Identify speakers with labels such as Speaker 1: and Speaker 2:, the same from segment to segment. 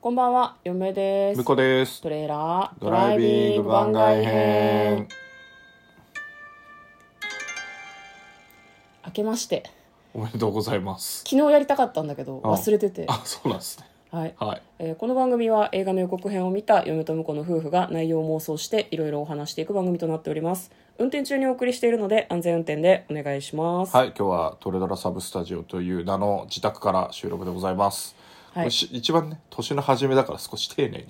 Speaker 1: こんばんは、嫁です。
Speaker 2: 向こうです
Speaker 1: トレーラード
Speaker 2: ドライビング番外編。
Speaker 1: 明けまして。
Speaker 2: おめでとうござ います
Speaker 1: 昨日やりたかったんだけど、
Speaker 2: あ
Speaker 1: 忘れてて。
Speaker 2: あそうなんですね
Speaker 1: はい。
Speaker 2: はい
Speaker 1: えーこの番組は映画の予告編を見た嫁と婿の夫婦が内容を妄想していろいろお話していく番組となっております。運転中にお送りしているので安全運転でお願いします。
Speaker 2: はい今日はトレドラサブスタジオという名の自宅から収録でございます、
Speaker 1: はい
Speaker 2: これし一番ね年の初めだから少し丁寧にね、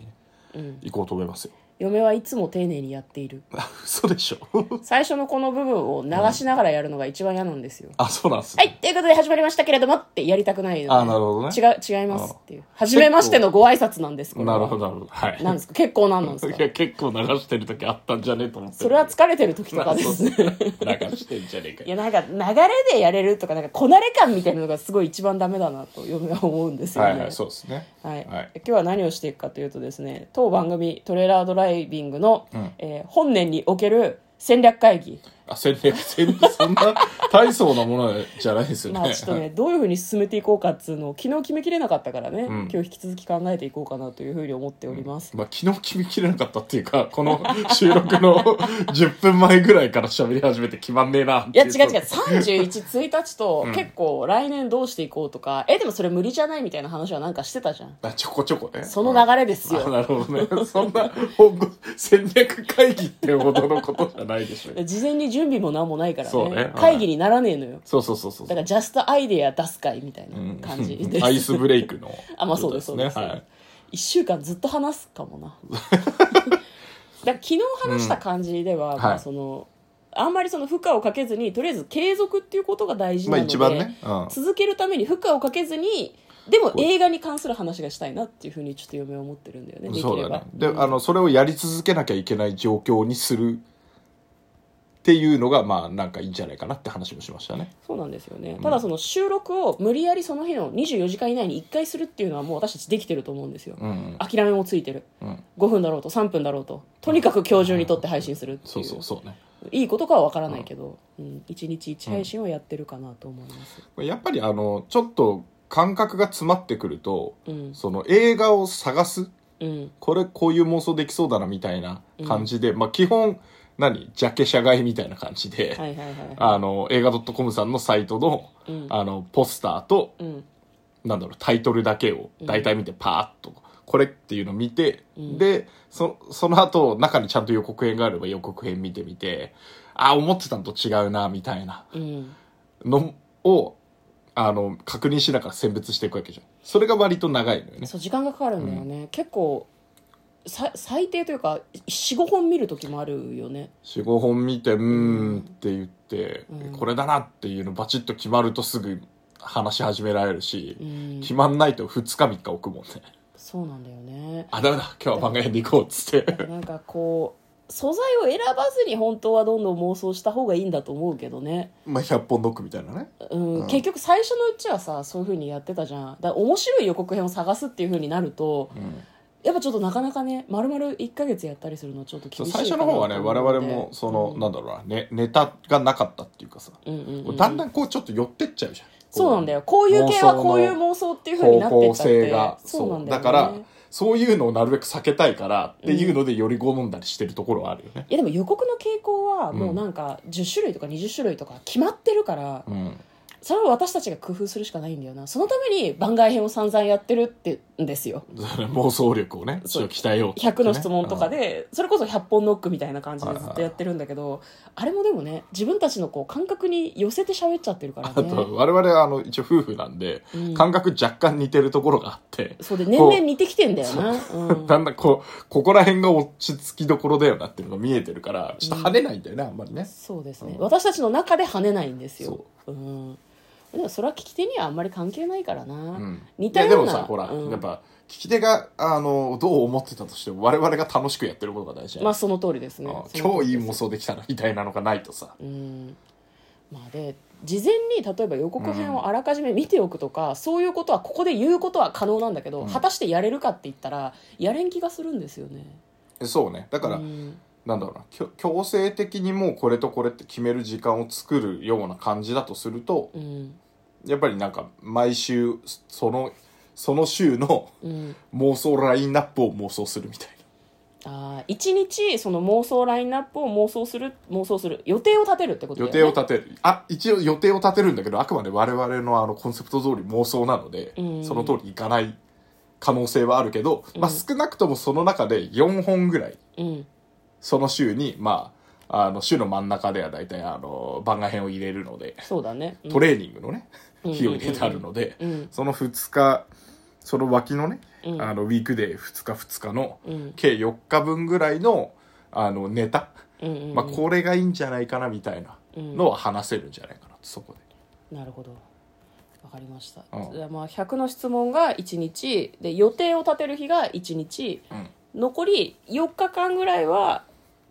Speaker 1: うん
Speaker 2: 行こうと思いますよ
Speaker 1: 嫁はいつも丁寧にやっている。
Speaker 2: 嘘でしょ
Speaker 1: 最初のこの部分を流しながらやるのが一番嫌なんですよ。
Speaker 2: あそうなんです
Speaker 1: は
Speaker 2: ね、
Speaker 1: い、ということで始まりましたけれどもってやりたくないので
Speaker 2: あなるほどね
Speaker 1: 違う、違いますっていう。初めましてのご挨拶なんです、これは
Speaker 2: なるほどなるほどはい
Speaker 1: なんですか結構なんなんですか
Speaker 2: いや結構流してる時あったんじゃねえと思って
Speaker 1: それは疲れてる時とかですね。
Speaker 2: まあそう流してんじゃねえ
Speaker 1: い
Speaker 2: かよ
Speaker 1: や、なんか流れでやれるとか、なんかこなれ感みたいなのがすごい一番ダメだなと嫁は思うんですよ
Speaker 2: は
Speaker 1: ね。
Speaker 2: いはいそうですね
Speaker 1: はい
Speaker 2: はい
Speaker 1: 今日は何をしていくかというとですね当番組トレーラードライビングの、
Speaker 2: ん
Speaker 1: えー本年における戦略会議、
Speaker 2: あ戦略戦略そんな大層なものじゃないですよね、
Speaker 1: まあちょっとね、どういうふうに進めていこうかっつうのを昨日決めきれなかったからね、
Speaker 2: ん
Speaker 1: 今日引き続き考えていこうかなというふうに思っております、
Speaker 2: まあ、昨日決めきれなかったっていうか、この収録の 10分前ぐらいから喋り始めて決まんねえなって
Speaker 1: いや
Speaker 2: い
Speaker 1: 違う
Speaker 2: う。
Speaker 1: 違う311日と結構来年どうしていこうとか、えでもそれ無理じゃないみたいな話はなんかしてたじゃん
Speaker 2: あちょこちょこね。
Speaker 1: その流れです
Speaker 2: あ
Speaker 1: よ、
Speaker 2: なるほどね。そんな、本語戦略会議ってほどのことじゃないでしょう。
Speaker 1: 事前に準備も何もないから
Speaker 2: そう
Speaker 1: ね
Speaker 2: ねはい
Speaker 1: 会議にならねえのよ
Speaker 2: そうそうそうそう。
Speaker 1: だからジャストアイデア出す会みたいな感じです、
Speaker 2: アイスブレイクの。
Speaker 1: あまあそうですそう
Speaker 2: こ
Speaker 1: で
Speaker 2: と
Speaker 1: す、
Speaker 2: はい。
Speaker 1: 1週間ずっと話すかも なだから昨日話した感じでは、
Speaker 2: ん
Speaker 1: ま
Speaker 2: は
Speaker 1: あ、
Speaker 2: い
Speaker 1: そのあんまりその負荷をかけずにとりあえず継続っていうことが大事なので、
Speaker 2: まあ一番ねうん
Speaker 1: 続けるために負荷をかけずにでも
Speaker 2: こう
Speaker 1: 映画に関する話がしたいなっていうふうにちょっと嫁は思ってるんだよねできれば
Speaker 2: そうだね。で、あの、それをやり続けなきゃいけない状況にするっていうのが、まあ、なんかいいんじゃないかなって話もしましたね。
Speaker 1: そうなんですよね、ただその収録を無理やりその日の24時間以内に1回するっていうのはもう私たちできてると思うんですよ、
Speaker 2: うん
Speaker 1: 諦めもついてる、
Speaker 2: うん
Speaker 1: 5分だろうと3分だろうととにかく今日中に撮って配信するっていう、
Speaker 2: そうそうそうね。
Speaker 1: いいことかは分からないけど、うん、1日1配信をやってるかなと思います、
Speaker 2: やっぱりあの、ちょっと感覚が詰まってくると、
Speaker 1: うん
Speaker 2: その映画を探す、
Speaker 1: うん、
Speaker 2: これこういう妄想できそうだなみたいな感じで、まあ基本、何ジャケ社外みたいな感じで、
Speaker 1: はいはいはい
Speaker 2: あの、映画 .com さんのサイトの、
Speaker 1: うん
Speaker 2: あの、ポスターと、
Speaker 1: うん
Speaker 2: なんだろう、タイトルだけを大体見てパーッと、これっていうの見て、
Speaker 1: うん
Speaker 2: で、そその後、中にちゃんと予告編があれば予告編見てみて、あ、思ってたのと違うな、みたいな。
Speaker 1: うん
Speaker 2: のをあの確認しながら選別していくわけじゃんそれが割と長いのよね
Speaker 1: そう時間がかかるんだよね、結構さ最低というか45本見る時もあるよね
Speaker 2: 45本見てうーんって言って、
Speaker 1: うん
Speaker 2: これだなっていうのバチッと決まるとすぐ話し始められるし、
Speaker 1: うん
Speaker 2: 決まんないと2日3日置くもんね
Speaker 1: そうなんだよね
Speaker 2: あダメだ今日は番外編で行こうっつって
Speaker 1: なんかこう素材を選ばずに本当はどんどん妄想した方がいいんだと思うけどね、
Speaker 2: まあ100本ノックみたいなね
Speaker 1: うん
Speaker 2: うん
Speaker 1: 結局最初のうちはさそういう風にやってたじゃんだから面白い予告編を探すっていう風になると
Speaker 2: うん
Speaker 1: やっぱちょっとなかなかね丸々1か月やったりするのはちょっと
Speaker 2: そ
Speaker 1: 厳
Speaker 2: う
Speaker 1: しい
Speaker 2: 最初の方はね我々もその、なん
Speaker 1: だ、
Speaker 2: だろうな、ね、ネタがなかったっていうかさ、
Speaker 1: うんうんうん、
Speaker 2: だんだんこうちょっと寄ってっちゃうじゃん
Speaker 1: そうなんだよこういう系はこういう妄想っていうふうにな
Speaker 2: 方
Speaker 1: ってっ
Speaker 2: 向
Speaker 1: ちゃって
Speaker 2: 性が
Speaker 1: そうなんだよ、ね、
Speaker 2: からそういうのをなるべく避けたいからっていうのでより好んだりしてるところはあるよね、
Speaker 1: いやでも予告の傾向はもううんなんか10種類とか20種類とか決まってるから、
Speaker 2: うん、
Speaker 1: それは私たちが工夫するしかないんだよなそのために番外編を散々やってるってんですよ
Speaker 2: 妄想力をねちょっと鍛えようってね
Speaker 1: 100の質問とか、で、それこそ100本ノックみたいな感じでずっとやってるんだけど、あれもでもね自分たちのこう感覚に寄せて喋っちゃってるから
Speaker 2: う
Speaker 1: ね
Speaker 2: んあと我々はあの一応夫婦なんで、
Speaker 1: うん
Speaker 2: 感覚若干似てるところがあって、
Speaker 1: そうで年々似てきてんだよな、うん、
Speaker 2: だんだんこうここら辺が落ち着きどころだよなっていうのが見えてるからちょっと跳ねないんだよね、あんまりね
Speaker 1: そうですね、
Speaker 2: うん
Speaker 1: 私たちの中で跳ねないんですようん、でもそれは聞き手にはあんまり関係ないからな、
Speaker 2: うん
Speaker 1: 似たよう
Speaker 2: い
Speaker 1: な
Speaker 2: やでもさほら、
Speaker 1: うん
Speaker 2: やっぱ聞き手があのどう思ってたとしても我々が楽しくやってることが大事じゃん
Speaker 1: まあその通りですね
Speaker 2: あ
Speaker 1: その
Speaker 2: 今
Speaker 1: 通
Speaker 2: 日い
Speaker 1: り
Speaker 2: い
Speaker 1: です
Speaker 2: 妄想できたなみたいなのがないとさ、
Speaker 1: うんまあで事前に例えば予告編をあらかじめ見ておくとか、そういうことはここで言うことは可能なんだけど、
Speaker 2: うん
Speaker 1: 果たしてやれるかって言ったらやれん気がするんですよね
Speaker 2: そうねだから、
Speaker 1: うん
Speaker 2: なんだろうなきょ強制的にもうこれとこれって決める時間を作るような感じだとすると
Speaker 1: うん
Speaker 2: やっぱりなんか毎週そのその週の
Speaker 1: うん、
Speaker 2: 妄想ラインナップを妄想するみたい
Speaker 1: あ1日その妄想ラインナップを妄想する妄想する予定を立てるってこと
Speaker 2: な
Speaker 1: だ
Speaker 2: 予
Speaker 1: よ、ね、
Speaker 2: 定を立てるあ一応予定を立てるんだけどあくまで我々のあのコンセプト通り妄想なので、
Speaker 1: うん
Speaker 2: その通りいかない可能性はあるけど、まあ、
Speaker 1: うん
Speaker 2: 少なくともその中で4本ぐらい
Speaker 1: うん
Speaker 2: その週にまああの週の真ん中では大体あの番外編を入れるので
Speaker 1: そうだね、うん
Speaker 2: トレーニングのね、
Speaker 1: うん
Speaker 2: 日を入れてあるので、
Speaker 1: うん
Speaker 2: その2日その脇のね、
Speaker 1: うん
Speaker 2: あのウィークデー2日2日の
Speaker 1: うん
Speaker 2: 計4日分ぐらいのあのネタ、
Speaker 1: うんうんうん
Speaker 2: まあ、これがいいんじゃないかなみたいなのは話せるんじゃないかなとそこで。
Speaker 1: なるほどわかりました、
Speaker 2: うん
Speaker 1: じゃあまあ100の質問が1日で予定を立てる日が1日
Speaker 2: うん
Speaker 1: 残り4日間ぐらいは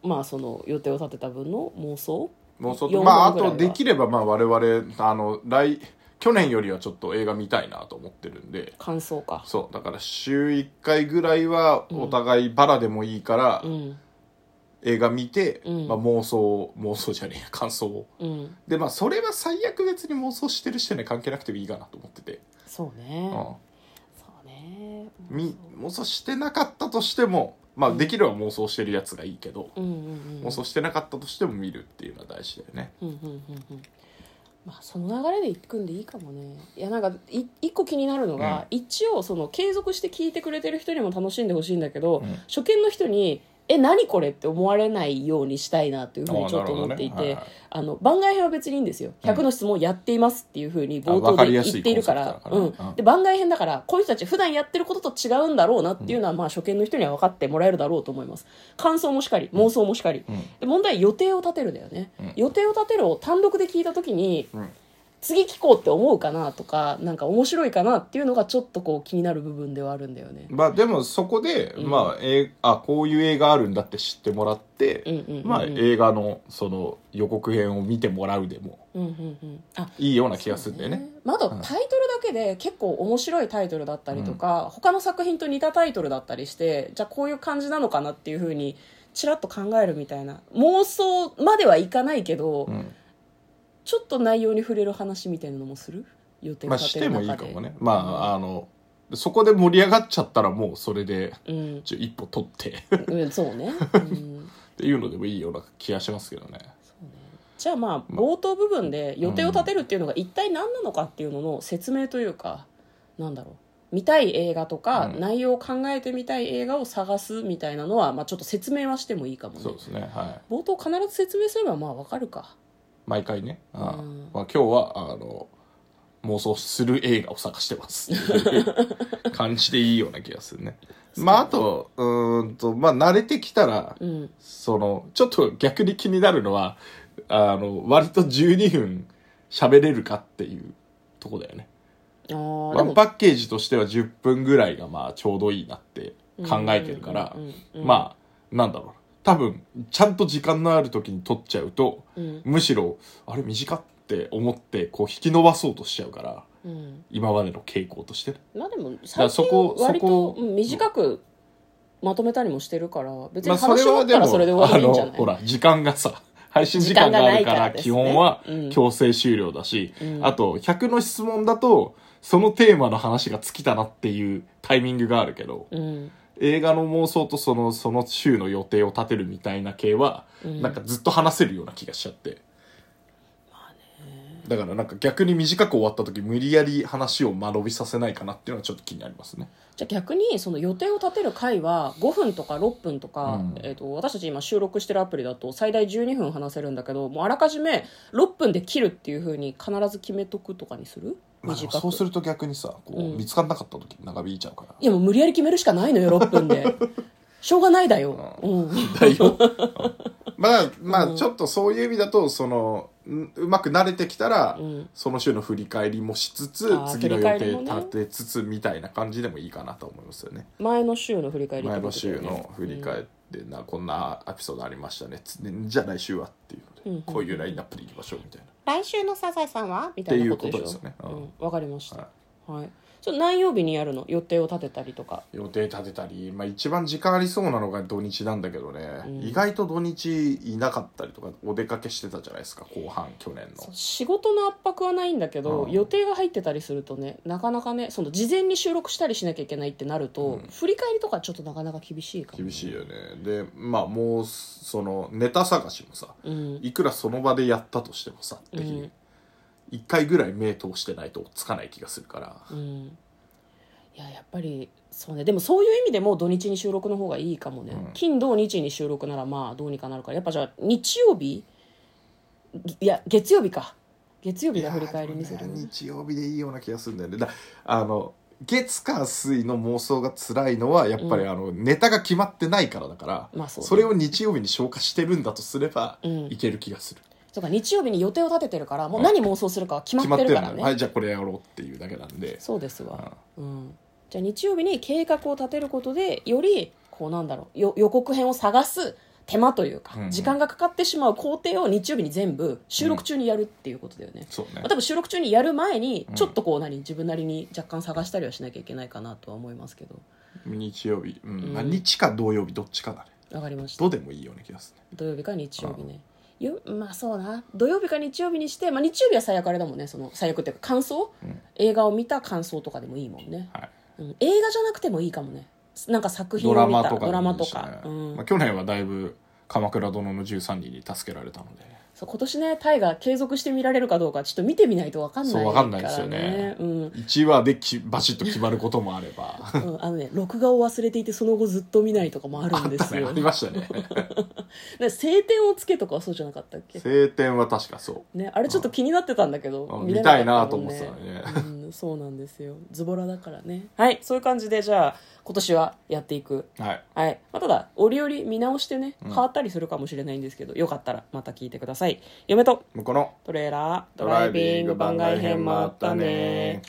Speaker 1: まあその予定を立てた分の妄想
Speaker 2: もうそ
Speaker 1: 4
Speaker 2: まああ
Speaker 1: 本ぐらいは
Speaker 2: とできればまあ我々あの来去年よりはちょっと映画見たいなと思ってるんで
Speaker 1: 感想か
Speaker 2: そうだから週1回ぐらいはお互いバラでもいいから、
Speaker 1: うん
Speaker 2: 映画見て、
Speaker 1: うん
Speaker 2: まあ、妄想妄想じゃねえや感想を
Speaker 1: うん
Speaker 2: でまあそれは最悪別に妄想してる人には関係なくてもいいかなと思ってて、
Speaker 1: そう
Speaker 2: う
Speaker 1: ね
Speaker 2: ん
Speaker 1: そうね
Speaker 2: み妄想してなかったとしてもまあできれば妄想してるやつがいいけど、
Speaker 1: うんうんうん
Speaker 2: 妄想してなかったとしても見るっていうのは大事だよね
Speaker 1: うんうんうんうんまあその流れでいくんでいいかもねいやなんかい一個気になるのが、一応その継続して聞いてくれてる人にも楽しんでほしいんだけど、
Speaker 2: うん
Speaker 1: 初見の人に「え何これ?」って思われないようにしたいなというふうにちょっと思ってい
Speaker 2: あなるほどね
Speaker 1: て
Speaker 2: はいはい
Speaker 1: あの番外編は別にいいんですよ100の質問やっていますっていうふうに冒
Speaker 2: あわ
Speaker 1: 頭
Speaker 2: か
Speaker 1: で
Speaker 2: り
Speaker 1: 言
Speaker 2: や
Speaker 1: っ
Speaker 2: すい
Speaker 1: ているから
Speaker 2: コンセプトだから
Speaker 1: うん
Speaker 2: うん
Speaker 1: で番外編だからこういう人たち普段やってることと違うんだろうなっていうのは、まあ初見の人には分かってもらえるだろうと思います感想もしかり妄想もしかり、
Speaker 2: うん
Speaker 1: で問題は予定を立てるだよね、
Speaker 2: うん
Speaker 1: 予定を立てるを単独で聞いた時に、
Speaker 2: うん
Speaker 1: 次聞こうって思うかなとかなんか面白いかなっていうのがちょっとこう気になる部分ではあるんだよね
Speaker 2: まあでもそこで、
Speaker 1: うん
Speaker 2: まあ、えーあこういう映画あるんだって知ってもらって、
Speaker 1: うんうんうんうん
Speaker 2: まあ映画のその予告編を見てもらうでも
Speaker 1: うんうんうんあ
Speaker 2: いいような気がするんだよね
Speaker 1: そうまあ、あとタ
Speaker 2: う
Speaker 1: イ
Speaker 2: ん
Speaker 1: トルだけで結構面白いタイトルだったりとか、他の作品と似たタイトルだったりしてじゃあこういう感じなのかなっていうふうにちらっと考えるみたいな妄想まではいかないけど、
Speaker 2: うん
Speaker 1: ちょっと内容に触れる話みたいなのもする予定
Speaker 2: まあ
Speaker 1: 立
Speaker 2: してて
Speaker 1: る
Speaker 2: もいい
Speaker 1: 中
Speaker 2: か
Speaker 1: で
Speaker 2: もねまああのそこで盛り上がっちゃったらもうそれで
Speaker 1: うん、
Speaker 2: ちょ一歩取って
Speaker 1: うん、そうね、うん、
Speaker 2: っていうのでもいいような気がしますけどね
Speaker 1: じゃあまあ
Speaker 2: まあ
Speaker 1: 冒頭部分で予定を立てるっていうのが一体何なのかっていうのの説明というかなんだろう見たい映画とか
Speaker 2: うん
Speaker 1: 内容を考えてみたい映画を探すみたいなのはまあちょっと説明はしてもいいかもね
Speaker 2: そうですねはい
Speaker 1: 冒頭必ず説明すればまあわかるか
Speaker 2: 毎回ねああ
Speaker 1: うん
Speaker 2: まあ、今日はあの妄想する映画を探し てますっていう感じでいいような気がするねまああとうーんとまあ慣れてきたら
Speaker 1: うん
Speaker 2: そのちょっと逆に気になるのはあの割と12分喋れるかっていうとこだよね
Speaker 1: あー
Speaker 2: ワンパッケージとしては10分ぐらいがまあちょうどいいなって考えてるから
Speaker 1: うんうんうんうん
Speaker 2: まあなんだろう多分ちゃんと時間のある時に撮っちゃうと
Speaker 1: うん
Speaker 2: むしろあれ短って思ってこう引き伸ばそうとしちゃうから
Speaker 1: うん
Speaker 2: 今までの傾向としてね
Speaker 1: まあでも
Speaker 2: ら
Speaker 1: 最
Speaker 2: そ
Speaker 1: 近
Speaker 2: こ
Speaker 1: 割
Speaker 2: そ
Speaker 1: と
Speaker 2: こ
Speaker 1: うん短くまとめたりもしてるから別に
Speaker 2: まあそ
Speaker 1: 話
Speaker 2: れ
Speaker 1: し終わ
Speaker 2: は
Speaker 1: った
Speaker 2: で
Speaker 1: らそれで
Speaker 2: も
Speaker 1: 終
Speaker 2: あ
Speaker 1: わりんじゃ
Speaker 2: の
Speaker 1: ない
Speaker 2: ほら時間がさ配信時間がある
Speaker 1: 時間が
Speaker 2: から
Speaker 1: ないからですね
Speaker 2: 基本は
Speaker 1: うん
Speaker 2: 強制終了だし、
Speaker 1: うん
Speaker 2: あと100の質問だとそのテーマの話が尽きたなっていうタイミングがあるけど、
Speaker 1: うん
Speaker 2: 映画の妄想とそのその週の予定を立てるみたいな系は、
Speaker 1: うん
Speaker 2: なんかずっと話せるような気がしちゃって、だからなんか逆に短く終わった時無理やり話を間延びさせないかなっていうのはちょっと気になりますね
Speaker 1: じゃあ逆にその予定を立てる回は5分とか6分とか、
Speaker 2: うん
Speaker 1: えー、と私たち今収録してるアプリだと最大12分話せるんだけどもうあらかじめ6分で切るっていうふうに必ず決めとくとかにする
Speaker 2: まあで
Speaker 1: 短く、
Speaker 2: もそうすると逆にさこ
Speaker 1: う
Speaker 2: うん見つからなかった時に長引いちゃうから、
Speaker 1: いやもう無理やり決めるしかないのよ6分 でしょうがないだよ、
Speaker 2: う
Speaker 1: うん、
Speaker 2: だよまあま
Speaker 1: う
Speaker 2: あ
Speaker 1: ん
Speaker 2: ちょっとそういう意味だとそのうんうまく慣れてきたら、
Speaker 1: うん
Speaker 2: その週の振り返りもしつつ
Speaker 1: あー
Speaker 2: 次の予
Speaker 1: 振り
Speaker 2: 定
Speaker 1: 返りもね
Speaker 2: 立てつつみたいな感じでもいいかなと思いますよね
Speaker 1: 前の週の振り返りって
Speaker 2: 前
Speaker 1: こ
Speaker 2: の
Speaker 1: とだよ
Speaker 2: 週
Speaker 1: ね
Speaker 2: の振り返ってな、こんなエピソードありましたねつじゃあ来週はっていうので、
Speaker 1: うんうん
Speaker 2: こういうラインナップでいきましょうみたいな
Speaker 1: 来週のサザエさんはみたいなことでしょ
Speaker 2: っていうことですよねうん
Speaker 1: うんわかりました、
Speaker 2: は
Speaker 1: はいちょっと何曜日にやるの予定を立てたりとか
Speaker 2: 予定立てたり、まあ、一番時間ありそうなのが土日なんだけどね、
Speaker 1: うん
Speaker 2: 意外と土日いなかったりとかお出かけしてたじゃないですか後半去年の
Speaker 1: そう仕事の圧迫はないんだけど、
Speaker 2: うん
Speaker 1: 予定が入ってたりするとねなかなかねその事前に収録したりしなきゃいけないってなると、
Speaker 2: うん
Speaker 1: 振り返りとかちょっとなかなか厳しいかもね、
Speaker 2: 厳しいよねでまあもうそのネタ探しもさ
Speaker 1: うん
Speaker 2: いくらその場でやったとしてもさっていう、
Speaker 1: うん
Speaker 2: 1回ぐらい目通してないとつかない気がするから、
Speaker 1: うんいややっぱりそうねでもそういう意味でも土日に収録の方がいいかもね、
Speaker 2: うん
Speaker 1: 金土日に収録ならまあどうにかなるからやっぱじゃあ日曜日ぎいや月曜日か月曜日が振り返り見せ
Speaker 2: いや
Speaker 1: る
Speaker 2: ーでもね日曜日でいいような気がするんだよねだあの月火水の妄想が辛いのはやっぱり、
Speaker 1: うん
Speaker 2: あのネタが決まってないからだから、
Speaker 1: まあそうね
Speaker 2: れを日曜日に消化してるんだとすれば、
Speaker 1: うん
Speaker 2: いける気がする
Speaker 1: そうか日曜日に予定を立ててるからもう何妄想するかは決まってるから
Speaker 2: んだ
Speaker 1: ね、
Speaker 2: よはいじゃあこれやろうっていうだけなんで
Speaker 1: そうですわ、うん、じゃあ日曜日に計画を立てることでよりこうなんだろうよ予告編を探す手間というか、
Speaker 2: うんうん
Speaker 1: 時間がかかってしまう工程を日曜日に全部収録中にやるっていうことだよね、
Speaker 2: そうね
Speaker 1: まあ、多分収録中にやる前に
Speaker 2: うん
Speaker 1: ちょっとこう何自分なりに若干探したりはしなきゃいけないかなとは思いますけど
Speaker 2: 日曜日、うん
Speaker 1: うん
Speaker 2: まあ、日か土曜日どっちかだね
Speaker 1: わかりました
Speaker 2: どうでもいいような気がするね
Speaker 1: 土曜日か日曜日ねよまあそうな土曜日か日曜日にして、まあ、日曜日は最悪あれだもんねその最悪っていうか感想、
Speaker 2: うん
Speaker 1: 映画を見た感想とかでもいいもんね、
Speaker 2: はい
Speaker 1: うん、映画じゃなくてもいいかもねなんか作品
Speaker 2: ド
Speaker 1: を
Speaker 2: ラ
Speaker 1: 見
Speaker 2: マ
Speaker 1: た
Speaker 2: とか
Speaker 1: ドラマ
Speaker 2: で
Speaker 1: と
Speaker 2: もいいしね
Speaker 1: か、うん
Speaker 2: まあ、去年はだいぶ「鎌倉殿の13人」に助けられたので
Speaker 1: そう今年ねタイが継続して見られるかどうかちょっと見てみないと分かんない
Speaker 2: そうわかんないですよね
Speaker 1: からうん
Speaker 2: 1話できバシッと決まることもあれば
Speaker 1: うん、あのね 録画を忘れていてその後ずっと見ないとかもあるんで
Speaker 2: あった
Speaker 1: す
Speaker 2: ね
Speaker 1: よ
Speaker 2: ありましたね
Speaker 1: ね晴天をつけとかはそうじゃなかったっけ、
Speaker 2: 晴天は確かそ
Speaker 1: ね、あれちょっと気になってたんだけど、
Speaker 2: う
Speaker 1: れ
Speaker 2: 見
Speaker 1: か
Speaker 2: たいな
Speaker 1: っ
Speaker 2: と
Speaker 1: もん
Speaker 2: 思ってたのにね
Speaker 1: うん、 そうなんですよズボラだからねはいそういう感じでじゃあ今年はやっていく
Speaker 2: うはい
Speaker 1: はい、まあ、ただ折々見直してね
Speaker 2: うん
Speaker 1: 変わったりするかもしれないんですけど、よかったらまた聞いてください嫁と
Speaker 2: 向こうの
Speaker 1: トレーラード
Speaker 2: ドライビング番外編もあったね